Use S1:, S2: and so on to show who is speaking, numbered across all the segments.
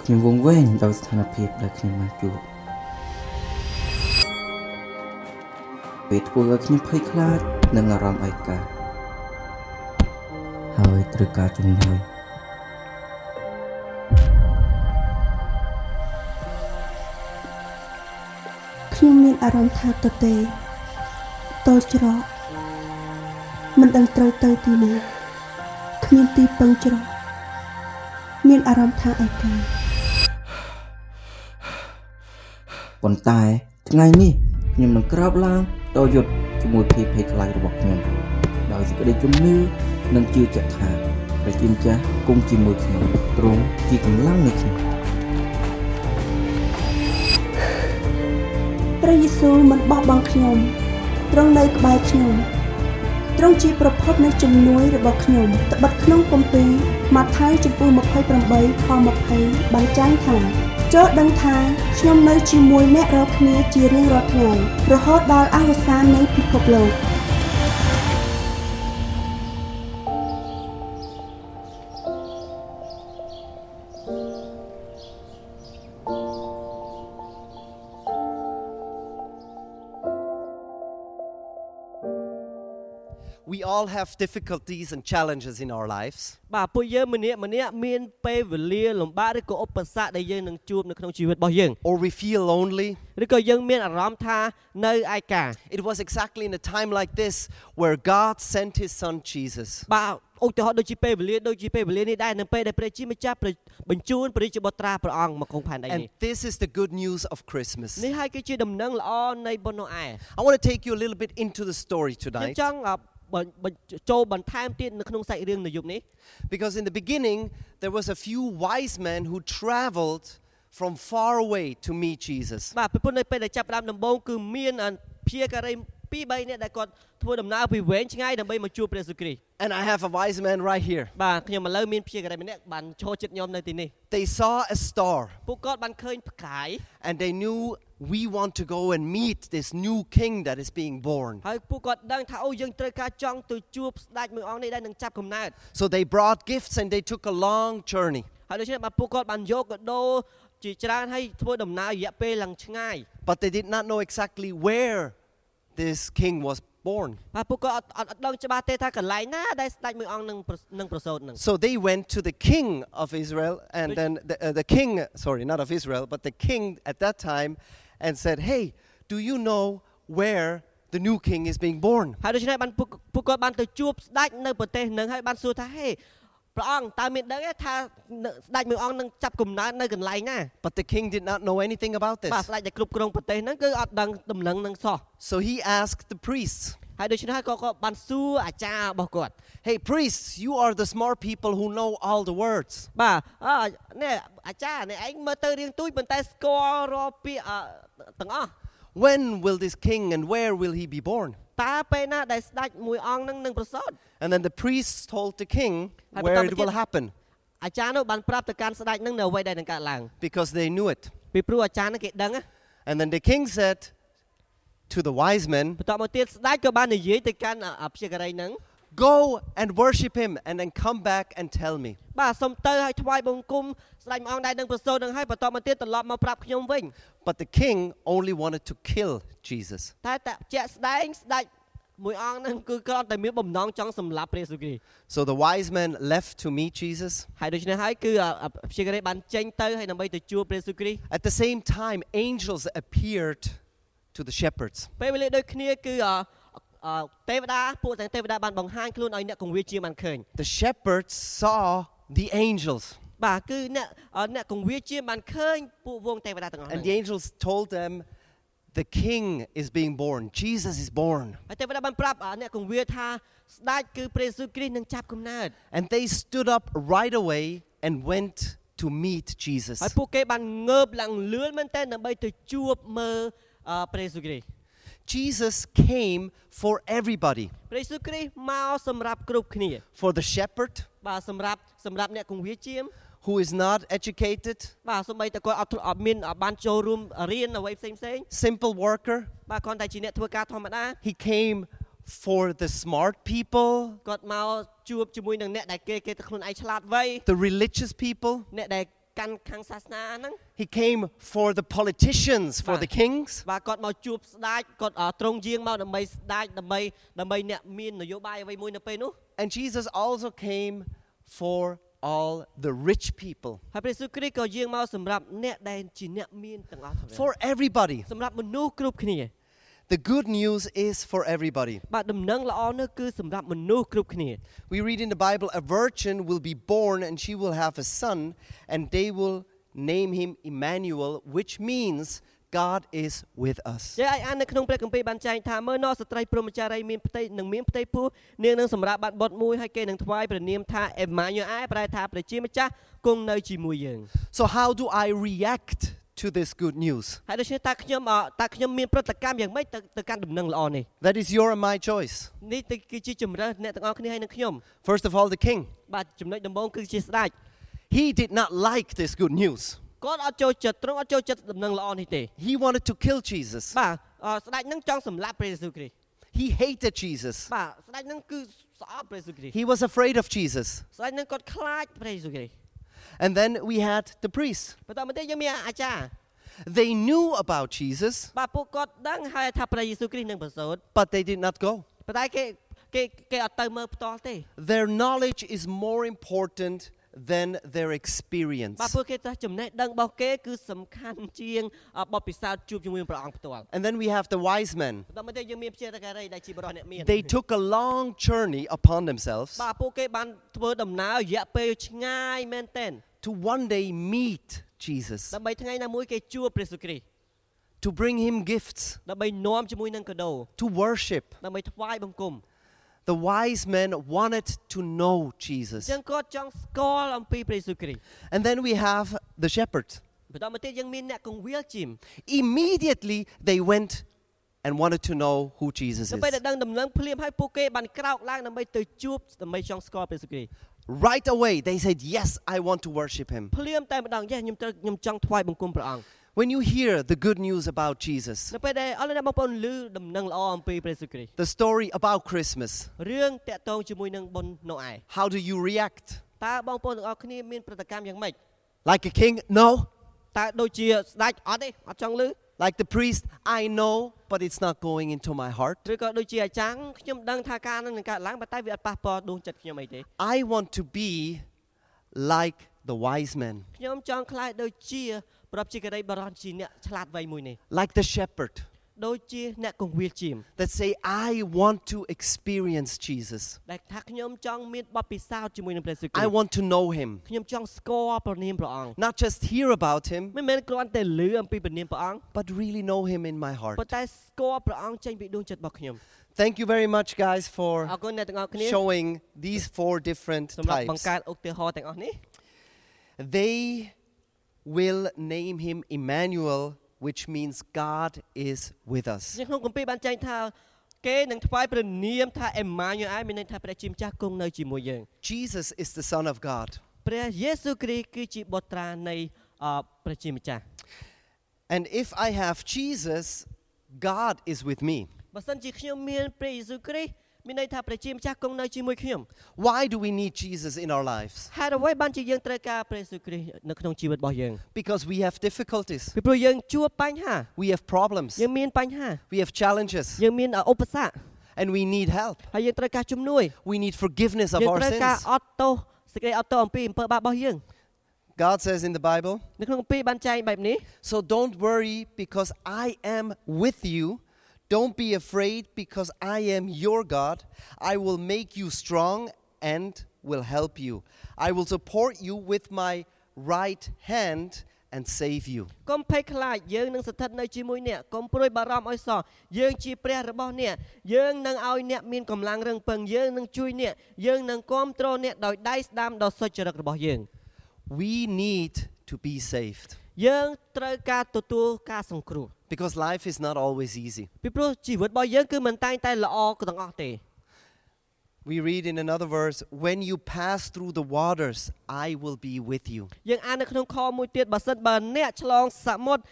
S1: ខ្ញុំវង្វេងដោយស្ថានភាពដែលខ្ញុំបានជួបវាធ្វើឲ្យខ្ញុំភ័យខ្លាចនិងអារម្មណ៍ឯកាហើយត្រូវការជំនួយ
S2: ខ្ញុំមានអារម្មណ៍ថាទទេតល់ច្រកមិនដឹងត្រូវទៅទីណាគ្មានទីពឹងច្រកមានអារម្មណ៍ថាឯកា
S1: ប៉ុន្តែថ្ងៃនេះខ្ញុំនឹងក្រើបឡើងតយុទ្ធជាមួយភាពភ័យខ្លាចរបស់ខ្ញុំដោយសេចក្តីជំនឿនិងជឿជាក់ថាព្រះជាម្ចាស់គង់ជាមួយខ្ញុំទ្រង់ជាកម្លាំងនៃខ្ញុំ
S2: ព្រះយេស៊ូវមិនបោះបង់ខ្ញុំទ្រង់នៅក្បែរខ្ញុំទ្រង់ជាប្រភពនៃជំនួយរបស់ខ្ញុំត្បិតក្នុងគម្ពីរម៉ាថាយចំពោះ28ខ20បានចែងថាចុះដឹងថាខ្ញុំនៅជាមួយអ្នករាល់គ្នាជារៀងរាល់ថ្ងៃរហូតដល់អវសាននៃពិភពលោក
S3: We all have difficulties and challenges in our lives.
S4: បាទពួកយើងម្នាក់ម្នាក់មានពេលវេលាលំបាកឬក៏ឧបសគ្គដែលយើងនឹងជួបនៅក្នុងជីវិតរបស់យើង
S3: Or we feel lonely.
S4: ឬក៏យើងមានអារម្មណ៍ថានៅឯកា
S3: It was exactly in a time like this where God sent his son Jesus.
S4: បាទឧទាហរណ៍ដូចជាពេលវេលាដូចជាពេលវេលានេះដែរនៅពេលដែលព្រះជាម្ចាស់ប្របញ្ជូនព្រះរាជបុត្រាព្រះអង្គមកគង់ផែនដី
S3: And
S4: នេះ
S3: this is the good news of Christmas.
S4: នេះហើយគឺជាដំណឹងល្អនៃបុណ្យនោះឯង
S3: I want to take you a little bit into the story
S4: ខ្ញុំ
S3: tonight
S4: ចង់អ่ะបញ្បញ្ចូលបន្ថែមទៀតនៅក្នុងសាច់រឿងនៅយុគនេះ
S3: because in the beginning there was a few wise men who traveled from far away to meet Jesus.
S4: បាទពីព្រោះនៅពេលដែលចាប់ផ្ដើមដំបូងគឺមានអ่ะភៀការី2 3នាក់ដែលគាត់ធ្វើដំណើរពីវែងឆ្ងាយដើម្បីមកជួបព្រះយេស៊ូវគ្រីស្ទ
S3: And I have a wise man right here.
S4: បាទខ្ញុំឥឡូវមានភៀការីម្នាក់បានចូលចិត្តខ្ញុំនៅទីនេះ
S3: They saw a star
S4: ពួកគាត់បានឃើញផ្កាយ
S3: and they knew we want to go and meet this new king that is being born.
S4: ហើយពួកគាត់ដឹងថាអូយើងត្រូវការចង់ទៅជួបស្ដេចមួយអង្គនេះដែលនឹងចាប់កំណើត
S3: So they brought gifts and they took a long journey.
S4: ហើយដូច្នេះបាទពួកគាត់បានយកកដោជាច្រើនហើយធ្វើដំណើររយៈពេលឡើងឆ្ងាយ
S3: But they did not know exactly where this king was born.
S4: បាទពួកគាត់អត់អត់អត់ដឹងច្បាស់ទេថាកន្លែងណាដែលស្ដេចមួយអង្គនឹងប្រនឹងប្រសូតនឹង
S3: So they went to the king of Israel, and then the, uh, the king, sorry, not of Israel, but the king at that time, and said, Hey, do you know where the new king is being born?
S4: ហើយដូច្នេះបានពួកពួកគាត់បានទៅជួបស្ដេចនៅប្រទេសនឹងហើយបានសួរថាហេព្រះអង្គតើមានដឹងទេថានៅស្ដេចមួយអង្គនឹងចាប់កំណើតនៅកន្លែងណា
S3: But the king did not know anything about
S4: បាទ
S3: this.
S4: ស្ដេចដែលគ្រប់គ្រងប្រទេសហ្នឹងគឺអត់ដឹងដំណឹងនឹងសោះ
S3: So he asked the priests,
S4: ហើយដូច្នេះហើយគាត់ក៏បានសួរអាចារ្យរបស់គាត់
S3: Hey, priests, you are the smart people who know all the words.
S4: បាទអនេះអាចារ្យនេះឯងមើលទៅរៀងទូចប៉ុន្តែស្គាល់រាល់ពាក្យអទាំងអស់
S3: When will this king and where will he be born?
S4: តើពេលណាដែលស្ដេចមួយអង្គនឹងនឹងប្រសូត
S3: And then the priests told the king
S4: Hij
S3: where
S4: betaalde
S3: it will
S4: kind-
S3: happen
S4: អាចារ្យនោះបានប្រាប់ទៅកាន់ស្ដេចនឹងនៅអ្វីដែលនឹងកើតឡើង
S3: because they knew it.
S4: ពីព្រោះអាចារ្យនឹងគេដឹងណា
S3: And then the king said to the wise men,
S4: បន្តមកទៀតស្ដេចក៏បាននិយាយទៅកាន់អព្យាការីនឹង
S3: Go and worship him and then come back and tell me.
S4: បាទសុំទៅឲ្យថ្វាយបង្គំស្ដេចមួយអង្គដែលនឹងប្រសូតនឹងហើយបន្តមកទៀតត្រឡប់មកប្រាប់ខ្ញុំវិញ
S3: But the king only wanted to kill Jesus.
S4: តែតាជាក់ស្ដែងស្ដេចមួយអង្គនឹងគឺគ្រាន់តែមានបំណងចង់សម្លាប់ព្រះយេស៊ូវគ្រីស្ទ
S3: So the wise men left to meet Jesus.
S4: ហើយដូច្នេះហើយគឺអាព្យាការីបានចេញទៅហើយដើម្បីទៅជួបព្រះយេស៊ូវគ្រីស្ទ
S3: At the same time, angels appeared to the shepherds.
S4: ពេលវេលាដូចគ្នាគឺអអទេវតាពួកទាំងទេវតាបានបង្ហាញខ្លួនឲ្យអ្នកកងវាជាបានឃើញ
S3: The shepherds saw the angels,
S4: បាទគឺអ្នកអអ្នកកងវាជាបានឃើញពួកវងទេវតាទាំងអស់ហ្នឹ
S3: and
S4: ង
S3: the angels told them, The king is being born, Jesus is born.
S4: ហើយទេវតាបានប្រាប់អអ្នកកងវាថាស្ដេចគឺព្រះយេស៊ូវគ្រីស្ទនឹងចាប់កំណើត
S3: And they stood up right away and went to meet Jesus.
S4: ហើយពួកគេបានងើបឡើងលឿនមែនទែនដើម្បីទៅជួបមើលអព្រះយេស៊ូវគ្រីស្ទ
S3: Jesus came for everybody,
S4: ព្រះយេស៊ូវគ្រីស្ទមកសម្រាប់គ្រប់គ្នា
S3: for the shepherd
S4: បាទសម្រាប់សម្រាប់អ្នកកងវាជាម
S3: who is not educated,
S4: បាទសូម្បីតែគាត់អត់ធ្លាប់អត់មានអត់បានចូលរួមរៀនអ្វីផ្សេងផ្សេង
S3: simple worker.
S4: បាទគាត់តែជាអ្នកធ្វើការធម្មតា
S3: He came for the smart people,
S4: គាត់មកជួបជាមួយនឹងអ្នកដែលគេគេតែខ្លួនឯងឆ្លាតវៃ
S3: the religious people,
S4: អ្នកដែល កាន់ខាងសាសនាហ្នឹង
S3: He came for the politicians, for
S4: Right.
S3: the kings.
S4: បាទគាត់មកជួបស្ដេចគាត់អ่าទ្រង់យាងមកដើម្បីស្ដេចដើម្បីដើម្បីអ្នកមាននយោបាយអ្វីមួយនៅពេលនោះ
S3: And Jesus also came for all the rich people,
S4: ហើយព្រះយេស៊ូវគ្រីស្ទក៏យាងមកសម្រាប់អ្នកដែលជាអ្នកមានទាំងអស់ទាំងអស់
S3: for everybody.
S4: សម្រាប់មនុស្សគ្រប់គ្នា
S3: The good news is for everybody.
S4: បាទដំណឹងល្អនោះគឺសម្រាប់មនុស្សគ្រប់គ្នា
S3: We read in the Bible a virgin will be born and she will have a son, and they will name him Emmanuel, which means God is with us.
S4: ជាអាចអាននៅក្នុងព្រះគម្ពីរបានចែងថាមើលនោះស្ត្រីព្រហ្មចារីមានផ្ទៃនិងមានផ្ទៃពោះនាងនឹងសម្រាប់បាត់បុតមួយហើយគេនឹងថ្វាយព្រះនាមថាអេម៉ាញូអែប្រែថាព្រះជាម្ចាស់គង់នៅជាមួយយើង
S3: So, how do I react to this good news?
S4: ហើយដូច្នេះតើខ្ញុំអ่าតើខ្ញុំមានប្រតិកម្មយ៉ាងម៉េចទៅទៅកាន់ដំណឹងល្អនេះ
S3: That is your and my choice.
S4: នេះទៅគឺជាជំរើសអ្នកទាំងអស់គ្នាហើយនឹងខ្ញុំ
S3: First of all, the king.
S4: បាទចំណុចដំបូងគឺជាស្ដេច
S3: He did not like this good news.
S4: គាត់អត់ចូលចិត្តទ្រង់អត់ចូលចិត្តដំណឹងល្អនេះទេ
S3: He wanted to kill Jesus.
S4: បាទអ่าស្ដេចនឹងចង់សម្លាប់ព្រះយេស៊ូវគ្រីស្ទ
S3: He hated Jesus.
S4: បាទស្ដេចនឹងគឺស្អប់ព្រះយេស៊ូវគ្រីស្ទ
S3: He was afraid of Jesus.
S4: ស្ដេចនឹងគាត់ខ្លាចព្រះយេស៊ូវគ្រីស្ទ
S3: And then we had the priests.
S4: បន្តមកទៀតយើងមានអាចារ្យ
S3: They knew about Jesus,
S4: បាទពួកគាត់ដឹងហើយថាព្រះយេស៊ូវគ្រីស្ទនឹងប្រសូត
S3: but they did not go.
S4: ប៉ុន្តែគេគេគេអត់ទៅមើលផ្ទាល់ទេ
S3: Their knowledge is more important than their
S4: បាទ
S3: experience.
S4: ពួកគេថាចំណេះដឹងរបស់គេគឺសំខាន់ជាងអ่าបបពិសោធន៍ជួបជាមួយព្រះអង្គផ្ទាល់
S3: And then we have the wise men.
S4: បន្តមកទៀតយើងមានព្យារការីដែលជាបរិយអ្នកមាន
S3: They took a long journey upon themselves
S4: បាទពួកគេបានធ្វើដំណើររយៈពេលឆ្ងាយមែនទែន
S3: to one day meet Jesus,
S4: ដើម្បីថ្ងៃណាមួយគេជួបព្រះយេស៊ូវគ្រីស្ទ
S3: to bring him gifts,
S4: ដើម្បីនាំជាមួយនឹងកដោ
S3: to worship.
S4: ដើម្បីថ្វាយបង្គំ
S3: The wise men wanted to know
S4: អ
S3: Jesus.
S4: ញ្ចឹងគាត់ចង់ស្គាល់អំពីព្រះយេស៊ូវគ្រីស្ទ
S3: And then we have the shepherd.
S4: បន្តមកទៀតយើងមានអ្នកកងវាលជីម
S3: Immediately they went and wanted to know who Jesus
S4: ទៅ
S3: is.
S4: ពេលដែលដឹងដំណឹងភ្លាមហើយពួកគេបានក្រោកឡើងដើម្បីទៅជួបដើម្បីចង់ស្គាល់ព្រះយេស៊ូវគ្រីស្ទ
S3: Right away they said, Yes, I want to worship him.
S4: ភ្លាមតែម្ដងយេសខ្ញុំត្រូវខ្ញុំចង់ថ្វាយបង្គំព្រះអង្គ
S3: When you hear the good news about Jesus,
S4: នៅពេលដែលអស់លោកអ្នកបងប្អូនឮដំណឹងល្អអំពីព្រះយេស៊ូវគ្រីស្ទ
S3: the story about Christmas,
S4: រឿងតាក់ទងជាមួយនឹងបុណ្យនោះឯង
S3: how do you react?
S4: តើបងប្អូនទាំងអស់គ្នាមានប្រតិកម្មយ៉ាងម៉េច
S3: Like a king? No.
S4: តើដូចជាស្ដេចអត់ទេអត់ចង់ឮ
S3: Like the priest? I know, but it's not going into my heart.
S4: ឬក៏ដូចជាអាចារ្យខ្ញុំដឹងថាការហ្នឹងនឹងកើតឡើងប៉ុន្តែវាអត់ប៉ះពាល់ដួងចិត្តខ្ញុំអីទេ
S3: I want to be like the wise men,
S4: ខ្ញុំចង់ខ្លាចដូចជាប្រពជាការីបរនជាអ្នកឆ្លាតវៃមួយនេះ
S3: like the shepherd
S4: ដូចជាអ្នកកងវាលជាម
S3: that say, I want to experience Jesus.
S4: ដែលថាខ្ញុំចង់មានបទពិសោធន៍ជាមួយនឹងព្រះយេស៊ូវគ្រី
S3: I
S4: ស្ទ
S3: want to know him,
S4: ខ្ញុំចង់ស្គាល់ព្រះនាមព្រះអង្គ
S3: not just hear about him,
S4: មិនមែនគ្រាន់តែលឺអំពីព្រះនាមព្រះអង្គ
S3: but really know him in my heart.
S4: ប៉ុន្តែស្គាល់ព្រះអង្គចេញពីដួងចិត្តរបស់ខ្ញុំ
S3: Thank you very much, guys,
S4: អ
S3: for
S4: រគុណអ្នកទាំងអស់គ្នា
S3: showing these four different
S4: សម្រាប់ប
S3: types.
S4: ង្កើតឧទាហរណ៍ទាំងអស់នេះ
S3: They will name him Emmanuel, which means God is with us.
S4: នៅក្នុងគម្ពីរបានចែងថាគេនឹងថ្វាយព្រះនាមថាអេម៉ាញូអែលមានន័យថាព្រះជាម្ចាស់គង់នៅជាមួយយើង
S3: Jesus is the Son of God,
S4: ព្រះយេស៊ូវគ្រីស្ទគឺជាបុត្រានៃអ่าព្រះជាម្ចាស់
S3: and if I have Jesus, God is with me.
S4: បើសិនជាខ្ញុំមានព្រះយេស៊ូវគ្រីស្ទមានន័យថាព្រះជាម្ចាស់គង់នៅជាមួយខ្ញុំ
S3: Why do we need Jesus in our lives?
S4: ហេតុអ្វីបានជាយើងត្រូវការព្រះយេស៊ូវគ្រីស្ទនៅក្នុងជីវិតរបស់យើង
S3: Because we have difficulties,
S4: ពីព្រោះយើងជួបបញ្ហា
S3: we have problems,
S4: យើងមានបញ្ហា
S3: we have challenges,
S4: យើងមានឧបសគ្គ
S3: and we need help.
S4: ហើយយើងត្រូវការជំនួយ
S3: We need forgiveness of
S4: យើង
S3: our
S4: ត្រូវការ
S3: sins.
S4: អត់ទោសសេចក្តីអត់ទោសអំពីអំពើបាបរបស់យើង
S3: God says in the Bible,
S4: នៅក្នុងគម្ពីរបានចែងបែបនេះ
S3: So don't worry because I am with you. Don't be afraid because I am your God. I will make you strong and will help you. I will support you with my right hand and save you.
S4: កុំភ័យខ្លាចយើងនឹងស្ថិតនៅជាមួយអ្នកកុំព្រួយបារម្ភឲ្យសោះយើងជាព្រះរបស់អ្នកយើងនឹងឲ្យអ្នកមានកម្លាំងរឹងពឹងយើងនឹងជួយអ្នកយើងនឹងគ្រប់គ្រងអ្នកដោយដៃស្ដាំដ៏សុចរិតរបស់យើង
S3: We need to be saved
S4: យើងត្រូវការទទួលការសង្គ្រោះ
S3: because life is not always easy.
S4: ពីព្រោះជីវិតរបស់យើងគឺមិនតែងតែល្អទាំងអស់ទេ
S3: We read in another verse, When you pass through the waters, I will be with you.
S4: យើងអាននៅក្នុងខមួយទៀតបើសិនបើអ្នកឆ្លងសមុទ្រ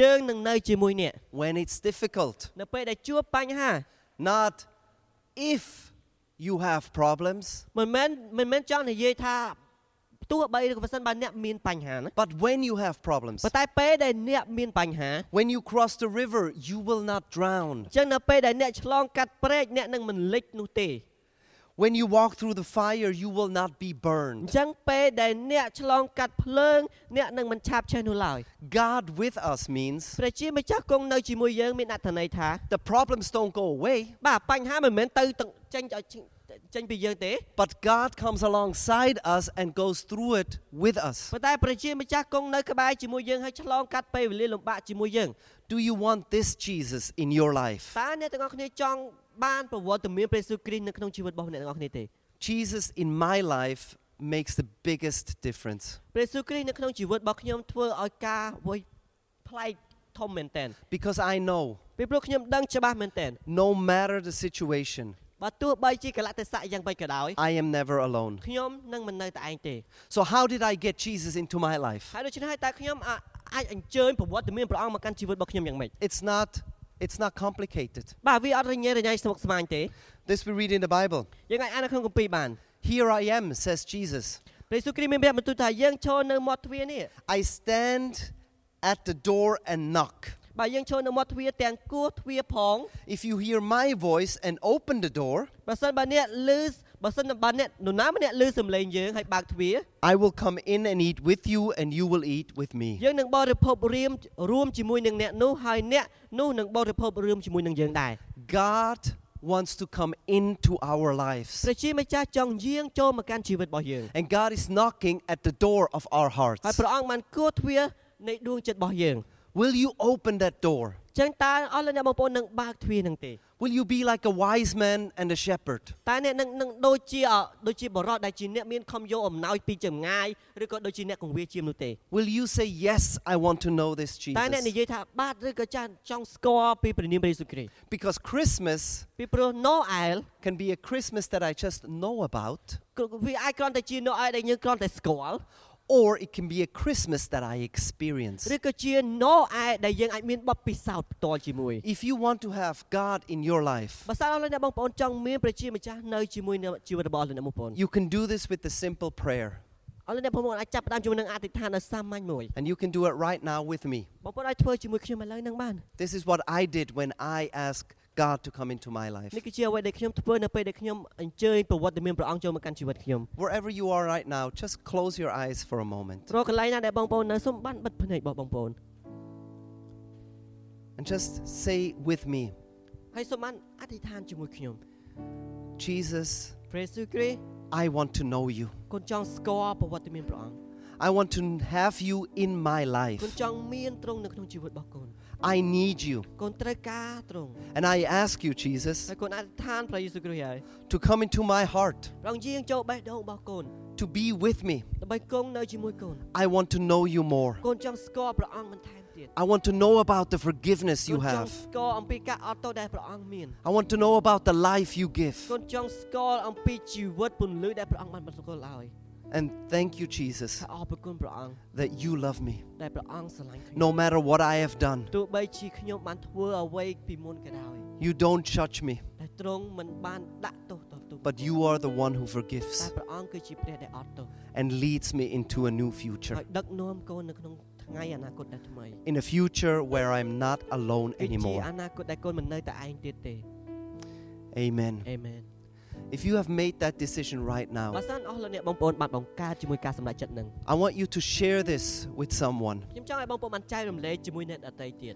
S4: យើងនឹងនៅជាមួយអ្នក
S3: When it's difficult,
S4: នៅពេលដែលជួបបញ្ហា
S3: not if you have problems,
S4: មិនមែនមិនមែនចង់និយាយថា ទោះបីឬក៏ប្រសិនបើអ្នកមានបញ្ហាណា
S3: But when you have problems,
S4: ប៉ុន្តែពេលដែលអ្នកមានបញ្ហា
S3: when you cross the river, you will not drown.
S4: អញ្ចឹងនៅពេលដែលអ្នកឆ្លងកាត់ព្រែកអ្នកនឹងមិនលិចនោះទេ
S3: When you walk through the fire, you will not be
S4: អញ្
S3: burned.
S4: ចឹងពេលដែលអ្នកឆ្លងកាត់ភ្លើងអ្នកនឹងមិនឆាបឆេះនោះឡើយ
S3: God with us means
S4: ព្រះជាម្ចាស់គង់នៅជាមួយយើងមានអត្ថន័យថា
S3: the problems don't go away,
S4: បាទបញ្ហាមិនមែនទៅទាំងចេញឲ្យចេញពីយើងទេ
S3: but God comes alongside us and goes through it with us.
S4: ប៉ុន្តែព្រះជាម្ចាស់គង់នៅក្បែរជាមួយយើងហើយឆ្លងកាត់ពេលវេលាលំបាកជាមួយយើង
S3: Do you want this Jesus in your life?
S4: តើអ្នកទាំងអស់គ្នាចង់បានប្រវត្តិមានព្រះយេស៊ូវគ្រីស្ទនៅក្នុងជីវិតរបស់អ្នកទាំងអស់គ្នាទេ
S3: Jesus in my life makes the biggest difference
S4: ព្រះយេស៊ូវគ្រីស្ទនៅក្នុងជីវិតរបស់ខ្ញុំធ្វើឲ្យការអ្វីប្លែកធំមែនតើ
S3: because I know
S4: ពីព្រោះខ្ញុំដឹងច្បាស់មែនតើ
S3: no matter the situation,
S4: បើទោះបីជាកលតិស័កយ៉ាងបិចក៏ដោយ
S3: I am never alone.
S4: ខ្ញុំនឹងមិននៅតែឯងទេ
S3: So, how did I get Jesus into my life?
S4: ហើយដូច្នេះហើយតើខ្ញុំអាអាចអញ្ជើញប្រវត្តិមានព្រះអង្គមកកាន់ជីវិតរបស់ខ្ញុំយ៉ាងម៉េច
S3: It's not, it's not complicated.
S4: បាទវាអត់រញ៉េរញ៉ៃស្មុគស្មាញទេ
S3: This we read in the Bible.
S4: យើងអាចអាននៅក្នុងគម្ពីរបាន
S3: Here I am, says Jesus.
S4: ព្រះយេស៊ូវគ្រីស្ទមានព្រះបន្ទូលថាយើងឈរនៅមាត់ទ្វារនេះ
S3: I stand at the door and knock.
S4: បើយើងឈរនៅមាត់ទ្វារទាំងគោះទ្វារផង
S3: If you hear my voice and open the door,
S4: បើសិនបើអ្នកឮបើសិនបើអ្នកនរណាម្នាក់ឮសំឡេងយើងហើយបើកទ្វារ
S3: I will come in and eat with you, and you will eat with me.
S4: យើងនឹងបរិភពរៀមរួមជាមួយនឹងអ្នកនោះហើយអ្នកនោះនឹងបរិភពរៀមជាមួយនឹងយើងដែរ
S3: God wants to come into our
S4: ព្រះ
S3: lives.
S4: ជាម្ចាស់ចង់យាងចូលមកកាន់ជីវិតរបស់យើង
S3: And God is knocking at the door of our
S4: ហើយ
S3: hearts.
S4: ព្រះអង្គបានគោះទ្វារនៃដួងចិត្តរបស់យើង
S3: Will you open that door?
S4: អញ្ចឹងតើអស់លោកអ្នកបងប្អូននឹងបើកទ្វារនឹងទេ
S3: Will you be like a wise man and a shepherd?
S4: តើអ្នកនឹងនឹងដូចជាអ่ะដូចជាបរិសដែលជាអ្នកមានខំយកអំណោយពីចម្ងាយឬក៏ដូចជាអ្នកកងវាជាមនោះទេ
S3: Will you say, Yes, I want to know this
S4: តើអ្នកនិ
S3: Jesus?
S4: យាយថាបាទឬក៏ចាចង់ស្គាល់ពីព្រះនាមព្រះយេស៊ូវគ្រីស្ទ
S3: Because Christmas
S4: ពីព្រោះ Noel
S3: can be a Christmas that I just know about,
S4: គឺវាអាចគ្រាន់តែជា Noel ដែលយើងគ្រាន់តែស្គាល់
S3: or it can be a Christmas that I experience.
S4: ឬក៏ជា Noel ដែលយើងអាចមានបទពិសោធន៍ផ្ទាល់ជាមួយ
S3: If you want to have God in your life,
S4: បើសិនអស់លោកអ្នកបងប្អូនចង់មានព្រះជាម្ចាស់នៅជាមួយនឹងជីវិតរបស់អស់លោកអ្នកបងប្អូន
S3: you can do this with the simple prayer.
S4: អស់លោកអ្នកបងប្អូនអាចចាប់ផ្ដើមជាមួយនឹងអធិដ្ឋានដ៏សាមញ្ញមួយ
S3: And you can do it right now with me.
S4: បងប្អូនអាចធ្វើជាមួយខ្ញុំឥឡូវហ្នឹងបាន
S3: This is what I did when I asked God to come into my life.
S4: នេះគឺជាអ្វីដែលខ្ញុំធ្វើនៅពេលដែលខ្ញុំអញ្ជើញប្រវត្តិមានព្រះអង្គចូលមកកាន់ជីវិតខ្ញុំ
S3: Wherever you are right now, just close your eyes for a moment
S4: រកកន្លែងណាដែលបងប្អូននៅសូមបានបិទភ្នែករបស់បងប្អូន
S3: and just say with me,
S4: ហើយសូមបានអធិដ្ឋានជាមួយខ្ញុំ
S3: Jesus,
S4: ព្រះយេស៊ូវគ្រីស្ទ
S3: I want to know you.
S4: គុណចង់ស្គាល់ប្រវត្តិមានព្រះអង្គ
S3: I want to have you in my
S4: គុណ
S3: life.
S4: ចង់មានទ្រង់នៅក្នុងជីវិតរបស់គុណ
S3: I need you.
S4: គុណត្រូវការទ្រង់
S3: And I ask you, Jesus,
S4: ហើយគុណអធិដ្ឋានព្រះយេស៊ូវគ្រីស្ទហើយ
S3: to come into my heart,
S4: រងយាងចូលបេះដូងរបស់គុណ
S3: to be with me.
S4: ដើម្បីគង់នៅជាមួយគុណ
S3: I want to know you more.
S4: គុណចង់ស្គាល់ព្រះអង្គបន្ថែមទៀត
S3: I want to know about the forgiveness
S4: គុ
S3: you
S4: ណចង់
S3: have.
S4: ស្គាល់អំពីការអត់ទោសដែលព្រះអង្គមាន
S3: I want to know about the life you give.
S4: គុណចង់ស្គាល់អំពីជីវិតពន្លឺដែលព្រះអង្គបានបន្សល់ឲ្យ
S3: And thank you, Jesus,
S4: ថាអរព្រគុណព្រះអង្គ
S3: that you love me
S4: ដែលព្រះអង្គស្រឡាញ់ខ្ញុំ
S3: no matter what I have done.
S4: ទោះបីជាខ្ញុំបានធ្វើអ្វីពីមុនក៏ដោយ
S3: You don't judge me,
S4: តែទ្រង់មិនបានដាក់ទោសដល់ទូ
S3: but you are the one who
S4: តែ
S3: forgives
S4: ព្រះអង្គគឺជាព្រះដែលអត់ទោស
S3: and leads me into a new
S4: ហើ
S3: future.
S4: យដឹកនាំកូននៅក្នុងថ្ងៃអនាគតដែលថ្មី
S3: In a future where I'm not alone
S4: គឺជា អ
S3: anymore.
S4: នាគតដែលកូនមិននៅតែឯងទៀតទេ
S3: Amen.
S4: អេមែន
S3: If you have made that decision right
S4: បើ
S3: now,
S4: សិនអស់លោកអ្នកបងប្អូនបានបង្កើតជាមួយការសម្រេចចិត្តនឹង
S3: I want you to share this with someone
S4: ខ្ញុំចង់ឲ្យបងប្អូនបានចែករំលែកជាមួយអ្នកដទៃទៀត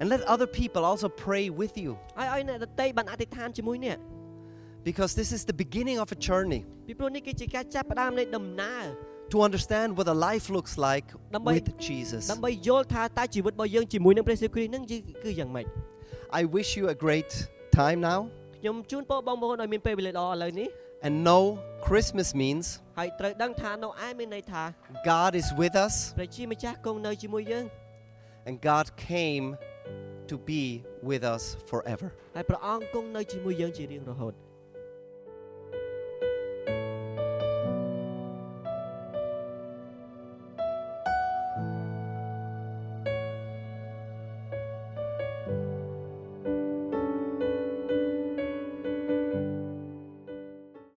S3: and let other people also pray with you
S4: ឲ្យឲ្យអ្នកដទៃបានអធិដ្ឋានជាមួយអ្នក
S3: because this is the beginning of a journey
S4: ពីព្រោះនេះគឺជាការចាប់ផ្ដើមនៃដំណើរ
S3: to understand what a life looks like
S4: ដើម្បី-
S3: with Jesus.
S4: ដើម្បីយល់ថាតើជីវិតរបស់យើងជាមួយនឹងព្រះយេស៊ូវគ្រីស្ទនឹងគឺយ៉ាងម៉េច
S3: I wish you a great time now
S4: ខ្ញុំជូនពរបងប្អូនឲ្យមានពេលវេលាល្អឥឡូវនេះ
S3: and know Christmas means
S4: ហើយត្រូវដឹងថានៅឯមានន័យថា
S3: God is with us
S4: ព្រះជាម្ចាស់គង់នៅជាមួយយើង
S3: and God came to be with us forever.
S4: ហើយព្រះអង្គគង់នៅជាមួយយើងជារៀងរហូត